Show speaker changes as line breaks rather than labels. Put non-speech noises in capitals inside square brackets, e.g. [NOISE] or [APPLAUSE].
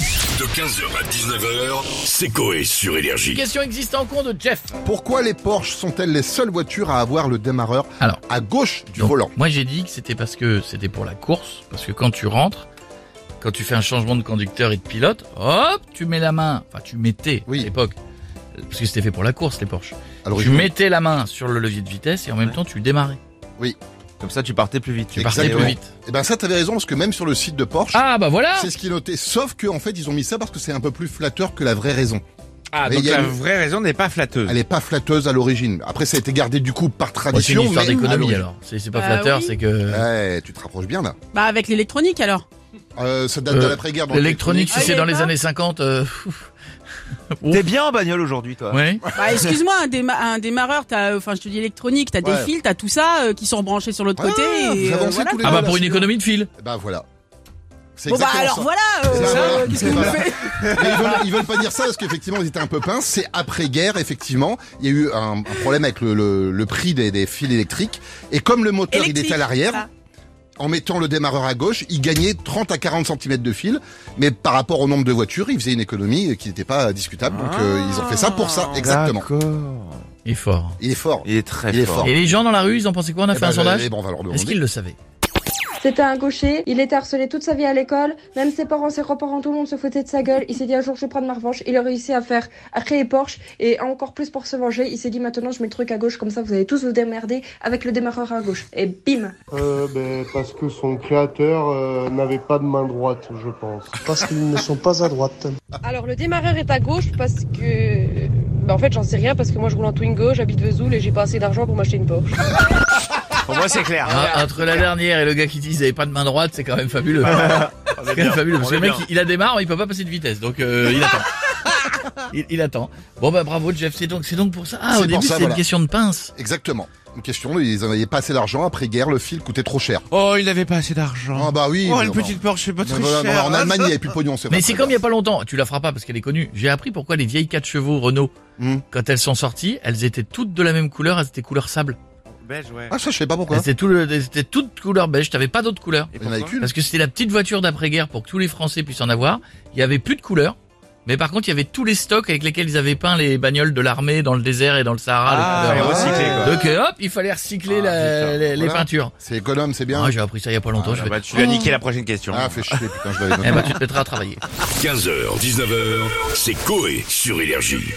De 15h à 19h, c'est Coé sur Énergie.
Question existe en cours de Jeff.
Pourquoi les Porsche sont-elles les seules voitures à avoir le démarreur
Alors.
à gauche du
Donc,
volant
Moi j'ai dit que c'était parce que c'était pour la course, parce que quand tu rentres, quand tu fais un changement de conducteur et de pilote, hop, tu mets la main, enfin tu mettais
Oui.
à l'époque, parce que c'était fait pour la course les Porsche.
Alors,
tu mettais la main sur le levier de vitesse et en même temps tu démarrais.
Comme ça, tu partais plus vite.
Tu partais
Exactement.
plus vite.
Et ben ça t'avais raison parce que même sur le site de Porsche,
Ah bah voilà
c'est ce qui est noté. Sauf que en fait ils ont mis ça parce que c'est un peu plus flatteur que la vraie raison.
Ah,
Mais
donc
il y a
la
une-
vraie raison n'est pas flatteuse.
Elle est pas flatteuse à l'origine. Après ça a été gardé du coup par
Bon, C'est
tradition. Ah
une histoire
mais à
d'économie
l'origine.
alors. C'est c'est pas
Bah
flatteur,
oui.
c'est que...
Ouais, tu te rapproches bien là.
Bah avec
[LAUGHS]
l'électronique alors.
Euh, ça date de
Euh,
l'après-guerre. donc
L'électronique, si
Ah,
c'est
il
dans
est
les
pas
années 50... euh,
T'es bien en bagnole aujourd'hui,
Ah,
toi.
ouais.
Bah excuse-moi, un, déma- un démarreur, t'as, euh, enfin je te dis électronique, t'as
Ouais.
des fils, t'as tout ça euh, qui sont branchés sur l'autre
Ah,
côté.
vous
et, euh,
avancez
voilà.
tous les
Ah
deux,
bah
là,
pour une
c'est
économie de fil.
bien. Bah voilà. C'est
Bon bah
exactement
alors
ça.
voilà, euh,
C'est ça, voilà.
[LAUGHS] qu'est-ce que
C'est
vous
voilà.
faites
Mais ils, veulent, ils veulent pas dire ça parce qu'effectivement ils étaient un peu pinces. C'est après-guerre, effectivement. Il y a eu un, un problème avec le, le- le prix des, des fils électriques. Et comme le moteur il
Électrique.
était à l'arrière,
Ah.
en mettant le démarreur à gauche, il gagnait 30 à 40 cm de fil. Mais par rapport au nombre de voitures, il faisait une économie euh, qui n'était pas discutable. Donc euh, ils ont fait ça pour ça, exactement.
D'accord.
Et fort.
Il est fort.
Il est très
Il est fort.
fort.
Et les gens dans la rue, ils en pensaient quoi On a
Eh
fait
ben,
un
je-
sondage
eh ben, on va leur
Est-ce
demander.
qu'ils le savaient
C'était un gaucher, il était harcelé toute sa vie à l'école, même ses parents, ses grands-parents, tout le monde se foutait de sa gueule, il s'est dit un jour je vais prendre ma revanche, il a réussi à faire, à créer Porsche, et encore plus pour se venger, il s'est dit maintenant je mets le truc à gauche, comme ça vous allez tous vous démerder avec le démarreur à gauche. Et bim
Euh, ben, parce que son créateur euh, n'avait pas de main droite, je pense. Parce qu'ils ne sont pas à droite.
Alors le démarreur est à gauche parce que... Bah, en fait j'en sais rien parce que moi je roule en Twingo, j'habite Vesoul et j'ai pas assez d'argent pour m'acheter une Porsche.
Pour moi, c'est clair.
Ah, entre la dernière et le gars qui dit ils avaient pas de main droite, c'est quand même fabuleux. [LAUGHS] c'est quand même fabuleux. Parce que le mec, il, il a des marres, il peut pas passer de vitesse, donc euh, il attend. il, il attend. [LAUGHS] Bon bah bravo Jeff, c'est donc c'est donc pour ça. Ah au
C'est
début
pour ça,
c'est
voilà.
une question de pince.
Exactement. Une question, ils n'avaient pas assez d'argent. Après-guerre, le fil coûtait trop cher.
Oh, il n'avait pas assez
Ah
d'argent.
bah oui.
oh,
mais
une
bon.
petite Porsche, c'est pas
Mais
très
voilà,
cher.
En Allemagne, il n'y avait plus de pognon, c'est vrai.
Mais c'est comme il y a pas longtemps, tu la feras pas parce qu'elle est connue. J'ai appris pourquoi les vieilles 4 chevaux Renault,
Hmm.
quand elles sont sorties, elles étaient toutes de la même couleur, elles étaient couleur sable.
Belge, ouais.
Ah, ça, je sais pas pourquoi.
Elles étaient, tout le- elles étaient toutes couleur beige, t'avais pas d'autres couleurs.
Et
Il y en avait
pourquoi
qu'une.
Parce que c'était la petite voiture d'après-guerre pour que tous les Français puissent en avoir. Il y avait plus de couleurs. Mais par contre, il y avait tous les stocks avec lesquels ils avaient peint les bagnoles de l'armée dans le désert et dans le Sahara.
Ah,
les
et
couleurs.
recyclé, quoi.
Donc euh, hop, il fallait recycler
Ah,
la-
putain.
les, les
Voilà.
peintures.
C'est économe, c'est bien.
Ah, j'ai appris ça il y a pas longtemps. je
Ah
vais...
bah, tu lui as niqué la prochaine question.
Ah, fais chier, putain, je l'avais noté.
Eh ben, tu te mettras à travailler.
15h, 19h, c'est Coé sur Énergie.